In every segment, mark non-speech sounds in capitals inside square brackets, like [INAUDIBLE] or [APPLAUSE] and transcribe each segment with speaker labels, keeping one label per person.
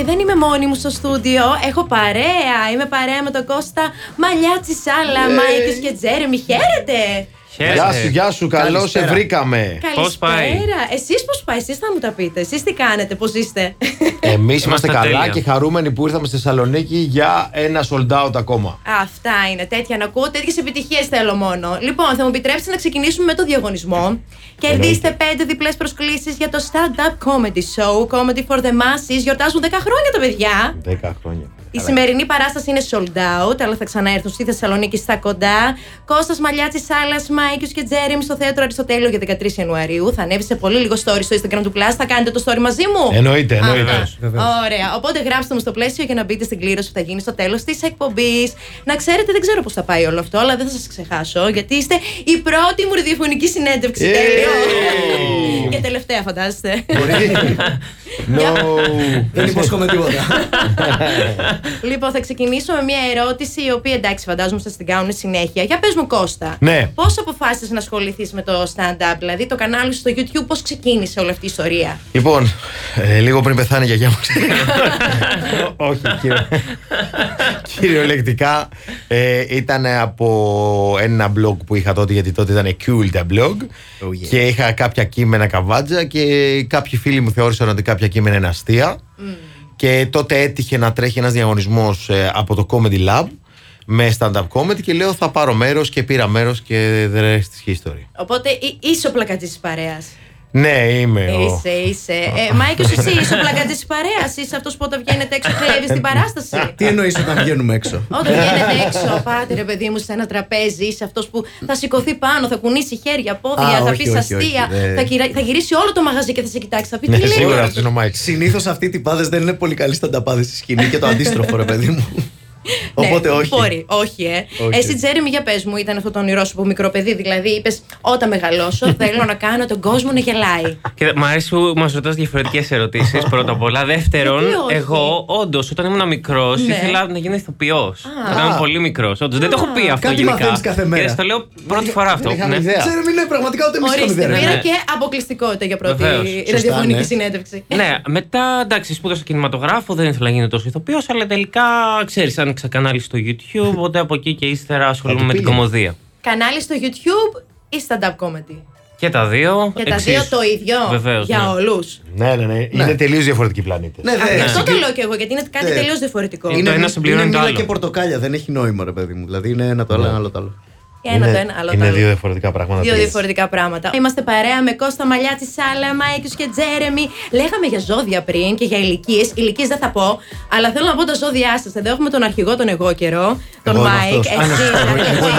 Speaker 1: Και δεν είμαι μόνη μου στο στούντιο, έχω παρέα. Είμαι παρέα με τον Κώστα Μαλιάτση Σάλα,
Speaker 2: Yay.
Speaker 1: Μάικης και Τζέρεμι. Χαίρετε!
Speaker 2: Γεια σου, γεια σου, καλώς σε
Speaker 3: Καλησπέρα.
Speaker 2: βρήκαμε.
Speaker 3: Πώς πάει?
Speaker 1: Εσείς πώς πάει, εσείς θα μου τα πείτε. Εσείς τι κάνετε, πώς
Speaker 3: [LAUGHS]
Speaker 1: είστε.
Speaker 2: Εμείς είμαστε
Speaker 3: Ε, Είμαστε
Speaker 2: καλά
Speaker 3: τέλεια.
Speaker 2: και χαρούμενοι που ήρθαμε στη Θεσσαλονίκη για ένα sold out ακόμα.
Speaker 1: Αυτά είναι. Τέτοια να ακούω, τέτοιες επιτυχίες θέλω μόνο. Λοιπόν, θα μου επιτρέψετε να ξεκινήσουμε με το διαγωνισμό. Κερδίστε 5 διπλές προσκλήσεις για το stand-up comedy show. Comedy for the masses. Γιορτάζουν 10 χρόνια τα παιδιά.
Speaker 2: 10 χρόνια.
Speaker 1: Η σημερινή παράσταση είναι sold out, αλλά θα ξαναέρθουν στη Θεσσαλονίκη στα κοντά. Κώστας Μαλιάτσης, Σάλλα, Μάικιου και Τζέρεμι στο θέατρο Αριστοτέλειο για 13 Ιανουαρίου. Θα ανέβει σε πολύ λίγο story στο Instagram του Plus. Θα κάνετε το story μαζί μου.
Speaker 2: Εννοείται,
Speaker 1: Αυτά.
Speaker 2: εννοείται.
Speaker 3: βεβαίως.
Speaker 1: Ωραία. Οπότε γράψτε μου στο πλαίσιο για να μπείτε στην κλήρωση που θα γίνει στο τέλος της εκπομπής. Να ξέρετε, δεν ξέρω πώς θα πάει όλο αυτό, αλλά δεν θα σας ξεχάσω, γιατί είστε η πρώτη μου ραδιοφωνική συνέντευξη.
Speaker 2: Yay!
Speaker 1: Τέλειο. [LAUGHS] Και τελευταία, φαντάζεστε.
Speaker 2: Μπορεί.
Speaker 3: [LAUGHS]
Speaker 2: No.
Speaker 3: Δεν υπόσχομαι τίποτα.
Speaker 1: Λοιπόν, θα ξεκινήσω με μια ερώτηση η οποία εντάξει, φαντάζομαι σας την κάνουν συνέχεια. Για πες μου, Κώστα.
Speaker 2: Ναι.
Speaker 1: Πώς αποφάσισες να ασχοληθείς με το stand-up, δηλαδή το κανάλι σου στο YouTube, πώς ξεκίνησε όλη αυτή η ιστορία.
Speaker 2: Λοιπόν, ε, λίγο πριν πεθάνει η γιαγιά μου. [LAUGHS] Όχι, κύριε. Κυριολεκτικά ε, ήταν από ένα blog που είχα τότε, γιατί τότε ήταν Qulta blog.
Speaker 3: Oh, yeah.
Speaker 2: Και είχα κάποια κείμενα καβάτζα και κάποιοι φίλοι μου θεώρησαν ότι κάποια κείμενα είναι αστεία.
Speaker 3: Mm.
Speaker 2: Και τότε έτυχε να τρέχει ένας διαγωνισμός ε, από το Comedy Lab με stand-up comedy και λέω θα πάρω μέρος και πήρα μέρος και δεν rest is history.
Speaker 1: Οπότε εί- είσαι ο πλακατζής της παρέας.
Speaker 2: Ναι,
Speaker 3: Ε,
Speaker 2: είμαι ο...
Speaker 1: Είσαι, είσαι. Ε, Μάικος,
Speaker 3: [LAUGHS]
Speaker 1: εσύ είσαι ο πλακατζή της παρέας. Είσαι αυτός που όταν βγαίνετε έξω κλέβει την παράσταση.
Speaker 3: Ε, Τι εννοείς όταν βγαίνουμε έξω.
Speaker 1: Όταν βγαίνετε έξω, πάτε ρε παιδί μου σε ένα τραπέζι, είσαι αυτός που θα σηκωθεί πάνω, θα κουνήσει χέρια, πόδια,
Speaker 3: Α,
Speaker 1: θα
Speaker 3: όχι,
Speaker 1: πεις
Speaker 3: όχι, ε.
Speaker 1: αστεία,
Speaker 3: όχι, δεν-
Speaker 1: θα, κυρα- θα γυρίσει όλο το μαγαζί και θα σε κοιτάξει. Θα πει
Speaker 2: Ναι,
Speaker 1: τι λέει.
Speaker 2: σίγουρα
Speaker 1: τώρα
Speaker 2: αυτός είναι ο Μάικς.
Speaker 3: Συνήθως αυτοί οι τυπάδες δεν είναι πολύ καλοί στα ταπάδε στη σκηνή και το αντίστροφο, ρε παιδί μου. Οπότε
Speaker 1: ναι,
Speaker 3: όχι.
Speaker 1: Μπορεί, όχι, ε.
Speaker 3: Όχι.
Speaker 1: Εσύ, Τζέρεμι, για πες μου, ήταν αυτό το όνειρό σου από μικρό παιδί. Δηλαδή, είπες, όταν
Speaker 3: [LAUGHS]
Speaker 1: μεγαλώσω, θέλω να κάνω τον κόσμο να γελάει.
Speaker 4: Και μ' αρέσει που μας ρωτάς διαφορετικές
Speaker 2: [LAUGHS]
Speaker 4: ερωτήσεις πρώτα απ' όλα. Δεύτερον,
Speaker 1: Γιατί όχι?
Speaker 4: εγώ όντως όταν ήμουν μικρός
Speaker 1: Ναι.
Speaker 4: ήθελα να γίνω ηθοποιός. Όταν ήμουν πολύ μικρός. Όντως δεν το έχω πει αυτό
Speaker 3: Κάτι
Speaker 4: γενικά.
Speaker 3: μαθαίνεις κάθε μέρα.
Speaker 4: Και στο λέω πρώτη φορά αυτό.
Speaker 2: είχαμε
Speaker 4: ναι.
Speaker 2: ιδέα.
Speaker 3: Ξέρε, μην λέει πραγματικά ούτε εμείς είχαμε
Speaker 1: Ορίστε,
Speaker 3: ιδέα, ρε.
Speaker 1: πήρα
Speaker 4: ναι.
Speaker 1: και αποκλειστικότητα για πρώτη
Speaker 4: Βεβαίως. Σωστά,
Speaker 1: ραδιοφωνική
Speaker 3: ναι.
Speaker 1: συνέντευξη.
Speaker 4: [LAUGHS] Ναι, μετά εντάξει, σπούδασα κινηματογράφο, δεν ήθελα να γίνω τόσο ηθοποιός, αλλά τελικά ξέρεις, άνοιξα κανάλι στο YouTube, οπότε από εκεί και ύστερα ασχολούμαι με την
Speaker 2: πήγαινε.
Speaker 4: κομμωδία.
Speaker 1: Κανάλι στο YouTube ή stand-up comedy.
Speaker 4: Και τα δύο.
Speaker 1: Και τα δύο το ίδιο
Speaker 4: Βεβαίως.
Speaker 1: για όλους.
Speaker 2: Ναι, ναι, ναι. Είναι τελείως διαφορετικοί πλανήτες.
Speaker 3: Ναι,
Speaker 1: όλου.
Speaker 3: δεν
Speaker 1: Αυτό το λέω και εγώ, γιατί είναι κάτι
Speaker 3: Ναι.
Speaker 1: τελείως διαφορετικό.
Speaker 4: Είναι- το ένα
Speaker 3: μη-
Speaker 4: συμπληρώνει
Speaker 3: είναι
Speaker 4: το
Speaker 3: μήλα
Speaker 4: άλλο. Ναι.
Speaker 3: και πορτοκάλια, δεν έχει νόημα, ρε παιδί μου. Δηλαδή είναι ένα το άλλο, ένα άλλο το άλλο.
Speaker 1: Και Ένα το ένα, άλλο το
Speaker 2: είναι
Speaker 1: άλλο.
Speaker 2: δύο διαφορετικά πράγματα.
Speaker 1: Δύο
Speaker 2: τελείως.
Speaker 1: διαφορετικά πράγματα. Είμαστε παρέα με Κώστα Μαλιάτση, Σάλα, Μάικιου και Τζέρεμι. Λέγαμε για ζώδια πριν και για ηλικίες. Ηλικίες δεν θα πω, αλλά θέλω να πω τα ζώδιά σας. Εδώ έχουμε τον αρχηγό, τον εγώ καιρό, τον
Speaker 2: Εγώ είμαι
Speaker 1: Μάικ.
Speaker 2: αυτός.
Speaker 1: Εσύ,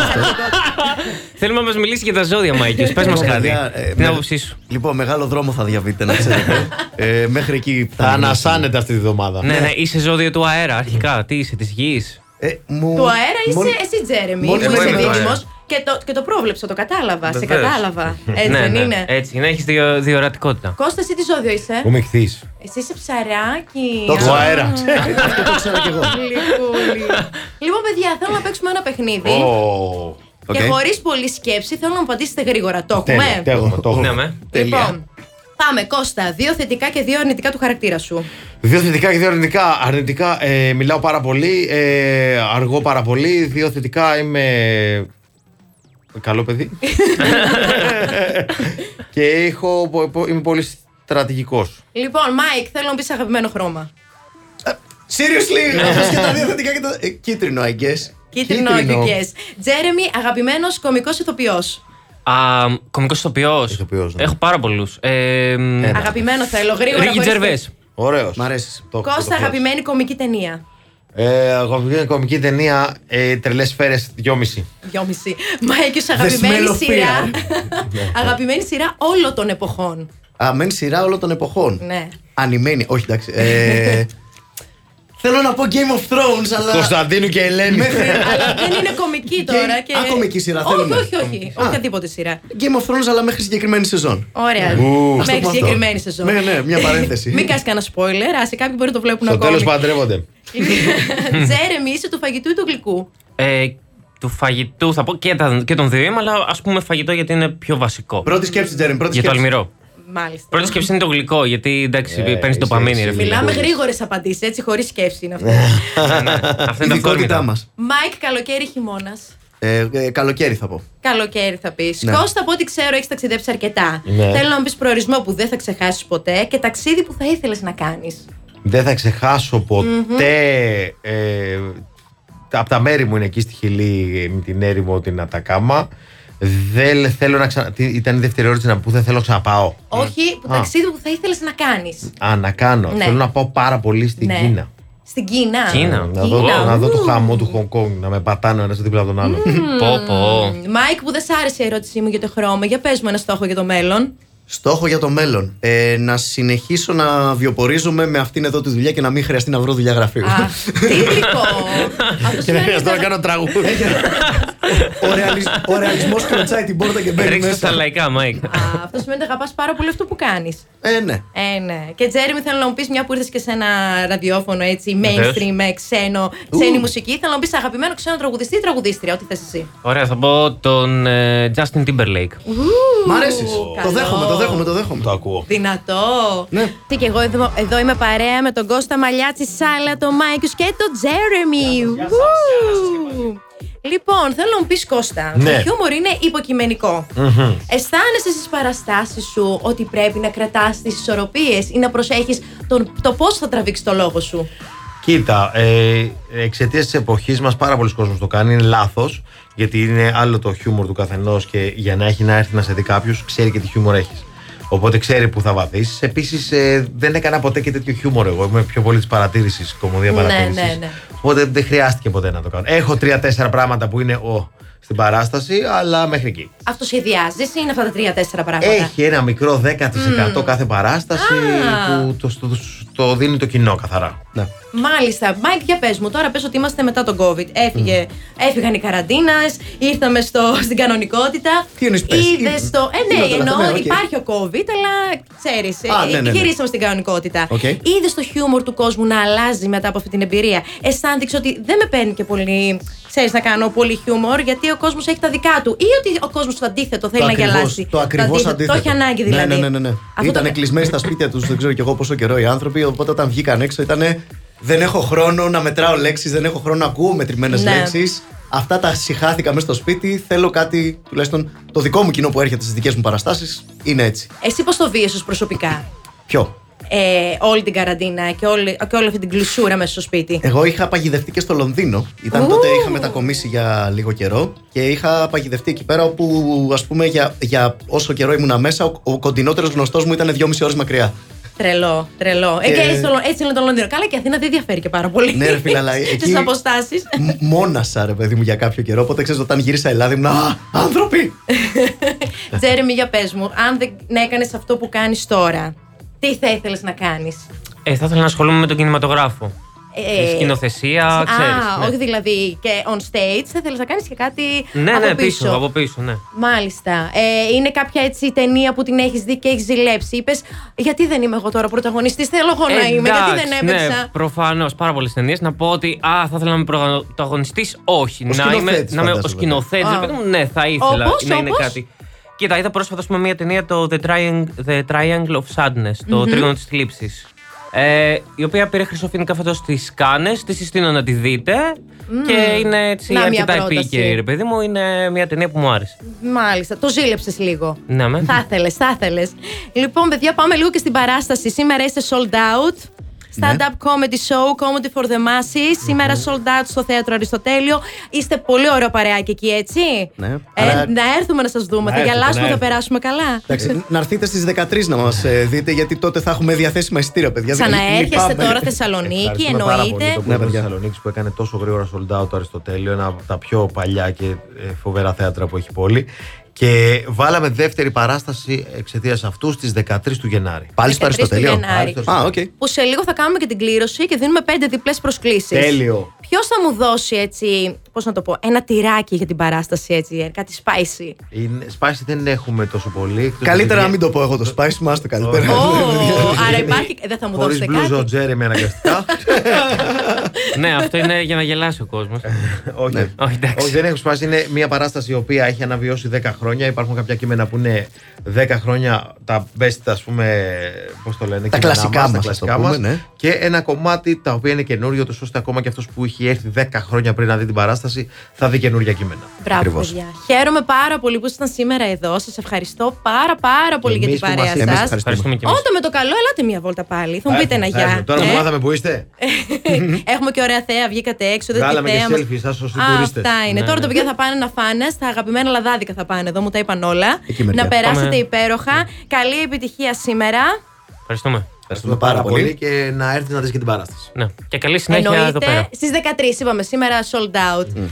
Speaker 4: Θέλουμε να μας μιλήσει για τα ζώδια,
Speaker 2: [LAUGHS]
Speaker 4: Μάικη. Πε
Speaker 2: Ναι,
Speaker 4: μα κάτι.
Speaker 3: Παιδιά, ε,
Speaker 4: Την
Speaker 3: με-
Speaker 4: άποψή σου.
Speaker 3: Λοιπόν, μεγάλο δρόμο θα διαβείτε, να ξέρετε. Ε, μέχρι εκεί
Speaker 2: Θα
Speaker 3: φτάνουμε.
Speaker 2: ανασάνετε αυτή τη βδομάδα.
Speaker 4: Ναι, ναι, είσαι ζώδιο του αέρα αρχικά. Τι είσαι, της γης.
Speaker 3: Ε, μου-
Speaker 1: του αέρα είσαι
Speaker 3: μόλι-
Speaker 1: εσύ, Τζέρεμι, που
Speaker 3: μόλις
Speaker 1: είσαι
Speaker 4: είμαι του
Speaker 1: δίδυμο.
Speaker 4: αέρα.
Speaker 1: Και το, και το πρόβλεψα, το κατάλαβα. Σε
Speaker 4: Βεβαίως.
Speaker 1: κατάλαβα. Έτσι
Speaker 4: ναι,
Speaker 1: δεν
Speaker 4: ναι,
Speaker 1: είναι.
Speaker 4: Έτσι είναι, έχει διο, διορατικότητα.
Speaker 1: Κώστα, εσύ τι ζώδιο είσαι.
Speaker 2: Ο μειχθής.
Speaker 1: Εσύ είσαι ψαράκι.
Speaker 2: Το ξέρω.
Speaker 1: Α,
Speaker 2: αέρα.
Speaker 3: Αυτό το ξέρω κι εγώ.
Speaker 1: γλυκούλη. λοιπόν, παιδιά, θέλω να παίξουμε ένα παιχνίδι.
Speaker 2: Ω.
Speaker 1: Και
Speaker 3: Οκ.
Speaker 1: χωρίς πολλή σκέψη, θέλω να μου απαντήσετε γρήγορα. Το
Speaker 2: Τέλεια,
Speaker 1: έχουμε.
Speaker 2: το έχουμε, το
Speaker 4: Ναι,
Speaker 2: έχουμε.
Speaker 4: με.
Speaker 3: Τέλεια.
Speaker 1: Λοιπόν, πάμε, Κώστα. Δύο θετικά και δύο αρνητικά του χαρακτήρα σου.
Speaker 2: Δύο θετικά και δύο αρνητικά. Αρνητικά ε, μιλάω πάρα πολύ, ε, αργώ πάρα πολύ. Δύο θετικά είμαι. ε,
Speaker 1: [LAUGHS]
Speaker 2: Καλό παιδί. [LAUGHS] και έχω, είμαι πολύ στρατηγικός.
Speaker 1: Λοιπόν, Μάικ, θέλω να πεις αγαπημένο χρώμα.
Speaker 3: Seriously, αυτός και τα δύο θετικά και τα. ε, Κίτρινο, I guess.
Speaker 1: Ναι. Κίτρινο, αγγλικές. Τζέρεμι, αγαπημένος κωμικός ηθοποιός.
Speaker 4: Α, κωμικός ηθοποιός.
Speaker 2: Ηθοποιός, ναι.
Speaker 4: Έχω πάρα πολλούς. Ε, μ,
Speaker 1: Αγαπημένο θέλω, γρήγορα.
Speaker 4: Ricky
Speaker 1: χωρίς-
Speaker 4: Gervais.
Speaker 2: Ωραίος.
Speaker 3: Μ' αρέσεις.
Speaker 2: Το- το- το-
Speaker 1: Κώστα,
Speaker 2: το-
Speaker 1: αγαπημένη κωμική ταινία.
Speaker 2: Ε, αγαπημένη κομική ταινία, ε, τρελές σφαίρες, δυόμιση.
Speaker 1: Δυόμιση. Μάικ,
Speaker 3: smell
Speaker 1: αγαπημένη
Speaker 3: of
Speaker 1: σειρά.
Speaker 2: fear.
Speaker 1: [LAUGHS] αγαπημένη σειρά όλων των εποχών.
Speaker 3: Α, μένει σειρά όλων των εποχών. [LAUGHS]
Speaker 1: Ναι.
Speaker 3: Ανημένη. Όχι, εντάξει. Ε,
Speaker 1: [LAUGHS]
Speaker 3: θέλω να πω Game of Thrones, αλλά.
Speaker 2: Κωνσταντίνου και Ελένη.
Speaker 3: Μέχρι-
Speaker 1: Αλλά δεν είναι κομική τώρα. Και...
Speaker 3: Α, κωμική σειρά,
Speaker 1: Όχι,
Speaker 3: θέλουμε.
Speaker 1: όχι, όχι.
Speaker 3: Α.
Speaker 1: Οποιαδήποτε σειρά.
Speaker 3: Game of Thrones, αλλά μέχρι συγκεκριμένη σεζόν.
Speaker 1: Ωραία.
Speaker 2: Ου. Ας
Speaker 3: το
Speaker 1: Μέχρι
Speaker 3: πούμε αυτό.
Speaker 1: συγκεκριμένη σεζόν.
Speaker 3: Ναι, ναι, μια παρένθεση.
Speaker 1: Μην κάνεις κανένα spoiler, άσε κάποιοι μπορεί να το βλέπουν
Speaker 2: Στο
Speaker 1: ακόμα.
Speaker 2: τέλος παντρεύονται.
Speaker 1: [LAUGHS] Τζέρεμι, είσαι του φαγητού ή του γλυκού.
Speaker 4: ε, του φαγητού θα πω και, τα, και των δύο είμαι, αλλά ας πούμε φαγητό γιατί είναι πιο βασικό.
Speaker 3: Πρώτη σκέψη, Τζέριν, πρώτη
Speaker 4: Για το
Speaker 3: σκέψη.
Speaker 4: αλμυρό.
Speaker 1: Μάλιστα.
Speaker 4: Πρώτη σκέψη είναι το γλυκό, γιατί εντάξει,
Speaker 2: Ε,
Speaker 4: παίρνεις
Speaker 2: είσαι-
Speaker 4: το παμίνι, ρε
Speaker 2: είσαι-
Speaker 4: φίλε. Ναι,
Speaker 1: Μιλάμε
Speaker 2: Πολύ.
Speaker 1: γρήγορες απαντήσεις, έτσι, χωρίς σκέψη είναι αυτό.
Speaker 2: Ναι.
Speaker 4: Αυτά
Speaker 3: Η
Speaker 4: είναι τα
Speaker 3: δικότητά
Speaker 4: αυτόρμητα.
Speaker 3: μας.
Speaker 1: Μάικ, καλοκαίρι, χειμώνας.
Speaker 3: Ε, ε, καλοκαίρι θα πω.
Speaker 1: Καλοκαίρι θα πεις.
Speaker 3: Ναι.
Speaker 1: Κώστα, από ό,τι ξέρω, έχεις ταξιδέψει αρκετά.
Speaker 2: Ναι.
Speaker 1: Θέλω να μου πεις προορισμό που δεν θα ξεχάσεις ποτέ και ταξίδι που θα ήθελες να κάνεις.
Speaker 2: Δεν θα ξεχάσω ποτέ, ε, από τα μέρη μου είναι εκεί στη Χιλή με την έρημο την Ατακάμα. Δεν θέλω να ξανα... τι- Ήταν η δεύτερη ερώτηση να που δεν θέλω να ξαναπάω.
Speaker 1: Όχι, που
Speaker 2: Α.
Speaker 1: ταξίδι που θα ήθελες να κάνεις.
Speaker 2: Α, να κάνω.
Speaker 1: Ναι.
Speaker 2: Θέλω να πάω πάρα πολύ στην
Speaker 1: Ναι.
Speaker 2: Κίνα.
Speaker 1: Στην Κίνα.
Speaker 4: Κίνα.
Speaker 2: Να δω,
Speaker 1: Κίνα,
Speaker 2: να δω το
Speaker 1: ου.
Speaker 2: χαμό του Χονγκ Κόνγκ, να με πατάνε ο ένας δίπλα από τον άλλο.
Speaker 4: Πω, πω.
Speaker 1: Μάικ, που δεν σ' άρεσε η ερώτησή μου για το χρώμα, για πες μου ένα στόχο για το
Speaker 2: [LAUGHS]
Speaker 1: μέλλον.
Speaker 3: Στόχο για το μέλλον. Ε, να συνεχίσω να βιοπορίζομαι με αυτήν εδώ τη δουλειά και να μην χρειαστεί να βρω δουλειά γραφείου.
Speaker 1: Α, τι γλυκό. Αυτό
Speaker 2: Και να
Speaker 1: σημαίνει
Speaker 2: χρειαστώ να
Speaker 1: ότι-
Speaker 2: κάνω τραγούδι.
Speaker 3: ο, ρεαλισ... ο ρεαλισμός κλωτσάει την πόρτα και μπαίνει
Speaker 4: Ρίξτε τα
Speaker 3: μέσα.
Speaker 4: λαϊκά, Μάικ.
Speaker 1: Α, Αυτός σημαίνει ότι αγαπάς πάρα πολύ αυτό που κάνεις.
Speaker 3: Ε, ναι.
Speaker 1: Ε, ναι. Και Τζέρεμι, θέλω να μου πεις μια που ήρθες και σε ένα ραδιόφωνο έτσι,
Speaker 4: Βεβαίως.
Speaker 1: mainstream, με ξένο, ξένη μουσική. Θέλω να μου πεις αγαπημένο ξένο τραγουδιστή ή τραγουδίστρια, ό,τι θες εσύ.
Speaker 4: Ωραία, θα πω τον ε, Justin Timberlake.
Speaker 3: Μ' αρέσει. Το
Speaker 1: καλό.
Speaker 3: δέχομαι, το δέχομαι, το δέχομαι.
Speaker 2: Το ακούω.
Speaker 1: Δυνατό!
Speaker 3: Ναι.
Speaker 1: Τι και εγώ εδώ, εδώ είμαι παρέα με τον Κώστα Μαλιάτση, Σάλα, τον Μάικιους και τον Τζέρεμι. Ου! Λοιπόν, θέλω να μου πεις Κώστα,
Speaker 2: Ναι.
Speaker 1: το χιούμορ είναι υποκειμενικό. Αισθάνεσαι στις παραστάσεις σου ότι πρέπει να κρατάς τις ισορροπίες ή να προσέχεις το πώς θα τραβήξεις το λόγο σου.
Speaker 2: Κοίτα, ε, εξαιτίας της εποχής μας πάρα πολλοί κόσμοι το κάνει. Είναι λάθος, γιατί είναι άλλο το χιούμορ του καθενός και για να έχει να έρθει να σε δει κάποιος, ξέρει και τι χιούμορ έχεις. Οπότε ξέρει που θα βαθίσει. Επίση, δεν έκανα ποτέ και τέτοιο χιούμορ εγώ. Είμαι πιο πολύ της παρατήρησης, κομμωδία
Speaker 1: Ναι,
Speaker 2: παρατήρησης.
Speaker 1: ναι, ναι.
Speaker 2: Οπότε δεν χρειάστηκε ποτέ να το κάνω. Έχω τρία-τέσσερα πράγματα που είναι ο στην παράσταση, αλλά μέχρι εκεί.
Speaker 1: Αυτοσχεδιάζεις ή είναι αυτά τα τρία-τέσσερα πράγματα.
Speaker 2: Έχει ένα μικρό 10% κάθε παράσταση
Speaker 1: Α.
Speaker 2: που το, το, το δίνει το κοινό καθαρά.
Speaker 3: Ναι.
Speaker 1: Μάλιστα. Μάικ, για πες μου, τώρα πες ότι είμαστε μετά τον COVID. Έφυγε, Έφυγαν οι καραντίνας, ήρθαμε στο, [LAUGHS] στην κανονικότητα.
Speaker 3: Τι εννοείς, πες.
Speaker 1: Είδες το. Ε, ναι,
Speaker 3: Ναι,
Speaker 1: εννοώ,
Speaker 3: ναι, οκ.
Speaker 1: υπάρχει ο COVID, αλλά ξέρεις.
Speaker 3: Α, ναι, ναι, ναι.
Speaker 1: Γυρίσαμε στην κανονικότητα.
Speaker 3: Οκ.
Speaker 1: Είδες το χιούμορ του κόσμου να αλλάζει μετά από αυτή την εμπειρία. Αισθάνθηκες ότι δεν με παίρνει και πολύ. Ξέρεις να κάνω πολύ χιούμορ, γιατί ο κόσμος έχει τα δικά του. Ή ότι ο κόσμος το αντίθετο θέλει
Speaker 3: Το
Speaker 1: να
Speaker 3: ακριβώς-
Speaker 1: γελάσει.
Speaker 3: Το ακριβώς αντίθετο.
Speaker 1: Το έχει ανάγκη δηλαδή.
Speaker 3: Ναι, ναι, ναι. ναι,
Speaker 1: Αυτό
Speaker 3: Ήταν
Speaker 1: το-
Speaker 3: κλεισμένοι στα σπίτια τους, δεν ξέρω κι εγώ πόσο καιρό οι άνθρωποι. Οπότε όταν βγήκαν έξω ήταν. Δεν έχω χρόνο να μετράω λέξεις, δεν έχω χρόνο να ακούω μετρημένες
Speaker 1: Ναι.
Speaker 3: λέξεις. Αυτά τα συχάθηκα μέσα στο σπίτι. Θέλω κάτι, τουλάχιστον το δικό μου κοινό που έρχεται στις δικές μου παραστάσεις, είναι έτσι.
Speaker 1: Εσύ πώς το βίωσε προσωπικά.
Speaker 3: Ποιο.
Speaker 1: ε, όλη την καραντίνα και όλη, και όλη αυτή την κλεισούρα μέσα στο σπίτι.
Speaker 3: Εγώ είχα παγιδευτεί και στο Λονδίνο. Ήταν
Speaker 1: Ου.
Speaker 3: τότε είχα μετακομίσει για λίγο καιρό και είχα παγιδευτεί εκεί πέρα όπου ας πούμε για, για όσο καιρό ήμουνα μέσα ο, ο κοντινότερος γνωστός μου ήταν 2,5 ώρες μακριά.
Speaker 1: Τρελό, τρελό. Ε,
Speaker 3: Και-
Speaker 1: και έτσι, το Λο- έτσι είναι το Λονδίνο. Καλά, και η Αθήνα δεν διαφέρει και πάρα πολύ.
Speaker 3: Ναι, ρε
Speaker 1: [LAUGHS]
Speaker 3: φίλε, αλλά
Speaker 1: Στις
Speaker 3: εκεί-
Speaker 1: αποστάσεις.
Speaker 3: [LAUGHS] Μ- Μόνασα ρε παιδί μου για κάποιο καιρό, οπότε ξέρεις όταν γύρισα Ελλάδα ήμουν «Α, άνθρωποι!
Speaker 1: Τζέρεμι, για πες μου, αν δεν έκανες αυτό που κάνεις τώρα, τι θα ήθελες να κάνεις.
Speaker 4: Ε, θα ήθελα να ασχολούμαι με τον κινηματογράφο.
Speaker 1: Ε,
Speaker 4: Τη σκηνοθεσία, ξέρει.
Speaker 1: Α, όχι δηλαδή και on stage, θα ήθελες να κάνεις και κάτι.
Speaker 4: Ναι,
Speaker 1: από
Speaker 4: ναι, πίσω, από πίσω, ναι.
Speaker 1: Μάλιστα. Ε, είναι κάποια έτσι ταινία που την έχεις δει και έχεις ζηλέψει. Είπες, Γιατί δεν είμαι εγώ τώρα πρωταγωνιστής, θέλω εγώ Λοιπόν, να είμαι, γιατί δεν
Speaker 4: Εντάξει,
Speaker 1: έπαιξα.
Speaker 4: Ναι, προφανώς πάρα πολλές ταινίες. Να πω ότι α, θα ήθελα να είμαι πρωταγωνιστής. Όχι. να είμαι,
Speaker 3: σκηνοθέτης,
Speaker 4: να είμαι ο
Speaker 3: φαντάζομαι.
Speaker 4: σκηνοθέτης.
Speaker 1: Α.
Speaker 4: Ναι, θα ήθελα
Speaker 1: Όπως,
Speaker 4: να είναι
Speaker 1: όπως.
Speaker 4: κάτι. Κοίτα, είδα πρόσφατα πούμε, μια ταινία το The Triangle, The Triangle of Sadness, το τρίγωνο της θλίψης. Ε, η οποία πήρε χρυσοφίνικα φέτο στις Κάνες. Της συστήνω να τη δείτε. Και είναι έτσι
Speaker 1: Να, μια
Speaker 4: αρκετά
Speaker 1: πρόταση.
Speaker 4: επίκαιρη, ρε παιδί μου. Είναι μια ταινία που μου άρεσε.
Speaker 1: Μάλιστα, το ζήλεψες λίγο.
Speaker 4: Ναι, με.
Speaker 1: Θα ήθελε, θα ήθελε. Λοιπόν, παιδιά, πάμε λίγο και στην παράσταση. Σήμερα είστε sold out. Stand-up comedy show, comedy for the masses. Σήμερα sold out στο θέατρο Αριστοτέλειο. Είστε πολύ ωραίο παρεάκι εκεί, έτσι.
Speaker 3: Ναι.
Speaker 1: Ε,
Speaker 3: Αλλά-
Speaker 1: Να έρθουμε να σας δούμε.
Speaker 2: Να
Speaker 1: θα
Speaker 2: έρθετε,
Speaker 1: γελάσουμε,
Speaker 2: να
Speaker 1: θα
Speaker 2: έρθετε.
Speaker 1: περάσουμε καλά.
Speaker 3: Εντάξει, να έρθετε στις 13 να μας ε, δείτε γιατί τότε θα έχουμε διαθέσιμα εισιτήρια παιδιά.
Speaker 1: Ξαναέρχεστε
Speaker 3: Λυπάμαι.
Speaker 1: τώρα Θεσσαλονίκη,
Speaker 2: Ευχαριστούμε πάρα πολύ
Speaker 1: εννοείται.
Speaker 2: το που
Speaker 3: Ναι,
Speaker 2: ήταν
Speaker 3: παιδιά.
Speaker 2: Θεσσαλονίκης που έκανε τόσο γρήγορα sold out το Αριστοτέλειο, ένα από τα πιο παλιά και ε, φοβερά θέατρα που έχει η πόλη. Και βάλαμε δεύτερη παράσταση εξαιτίας αυτού στις 13 του Γενάρη.
Speaker 3: Πάλι
Speaker 1: 13
Speaker 3: στο
Speaker 1: του
Speaker 3: Αριστοτέλειο.
Speaker 1: Γενάρη.
Speaker 3: Α, οκ.
Speaker 1: Που σε λίγο θα κάνουμε και την κλήρωση και δίνουμε πέντε διπλές προσκλήσεις.
Speaker 2: Τέλειο.
Speaker 1: Ποιος θα μου δώσει έτσι πώς να το πω, ένα τυράκι για την παράσταση έτσι, ε, κάτι spicy.
Speaker 2: Είναι, spicy δεν έχουμε τόσο πολύ. εκτός
Speaker 3: Καλύτερα
Speaker 2: ότι
Speaker 3: να μην το πω εγώ το spice, μα το καλύτερα.
Speaker 1: Ω, άρα υπάρχει, δεν θα μου
Speaker 2: Χωρίς
Speaker 1: δώσετε
Speaker 2: μπλούζο ο
Speaker 1: κάτι.
Speaker 2: Τζέρεμι
Speaker 1: [LAUGHS]
Speaker 2: αναγκαστικά.
Speaker 4: ναι, αυτό είναι για να γελάσει ο
Speaker 3: [LAUGHS]
Speaker 4: κόσμος.
Speaker 3: Ναι.
Speaker 2: Όχι.
Speaker 4: Όχι, εντάξει.
Speaker 2: Όχι, δεν έχω σπάσει. Είναι μια παράσταση η οποία έχει αναβιώσει 10 χρόνια. Υπάρχουν κάποια κείμενα που είναι 10 χρόνια τα best, ας πούμε. Πώς το λένε, κείμενά
Speaker 3: κλασικά μας,
Speaker 2: τα
Speaker 3: ας το
Speaker 2: κλασικά
Speaker 3: πούμε,
Speaker 2: μας.
Speaker 3: ναι.
Speaker 2: Και ένα κομμάτι τα οποία είναι καινούριο, τόσο ώστε ακόμα και αυτός που έχει έρθει 10 χρόνια πριν να δει την παράσταση θα δει καινούργια κείμενα.
Speaker 1: Μπράβο,
Speaker 3: Ακριβώς.
Speaker 1: παιδιά. Χαίρομαι πάρα πολύ που ήσασταν σήμερα εδώ. Σας ευχαριστώ πάρα πάρα πολύ για την
Speaker 2: Εμείς που
Speaker 1: παρέα
Speaker 2: μας-
Speaker 3: εμείς
Speaker 1: σα.
Speaker 3: ευχαριστούμε.
Speaker 4: Ευχαριστούμε και εμείς.
Speaker 1: Όταν με το καλό, ελάτε μία βόλτα πάλι. Θα μου
Speaker 2: Θα
Speaker 1: πείτε ένα
Speaker 2: έρθουμε, θα
Speaker 1: γεια.
Speaker 2: έρθουμε. Τώρα που
Speaker 1: Ε. [LAUGHS]
Speaker 2: μάθαμε που είστε.
Speaker 1: Έχουμε και ωραία θέα, βγήκατε έξω. Δεν
Speaker 2: Βγάλαμε
Speaker 1: τη
Speaker 2: και
Speaker 1: θέα μας.
Speaker 2: selfie, σας ως
Speaker 1: Α,
Speaker 2: τουρίστες.
Speaker 1: Αυτά είναι.
Speaker 4: Ναι,
Speaker 1: Τώρα
Speaker 4: ναι.
Speaker 1: τα παιδιά θα πάνε να φάνε. Στα αγαπημένα λαδάδικα θα πάνε εδώ, μου τα είπαν όλα.
Speaker 3: Εκεί μεριά.
Speaker 1: Να περάσετε
Speaker 4: Πάμε.
Speaker 1: υπέροχα. Καλή επιτυχία σήμερα.
Speaker 4: Ευχαριστούμε.
Speaker 3: Ευχαριστούμε πάρα πολύ.
Speaker 2: και να έρθεις να δεις και την παράσταση.
Speaker 4: Ναι. Και καλή συνέχεια εδώ πέρα.
Speaker 1: Εννοείται στι 13 είπαμε σήμερα sold out.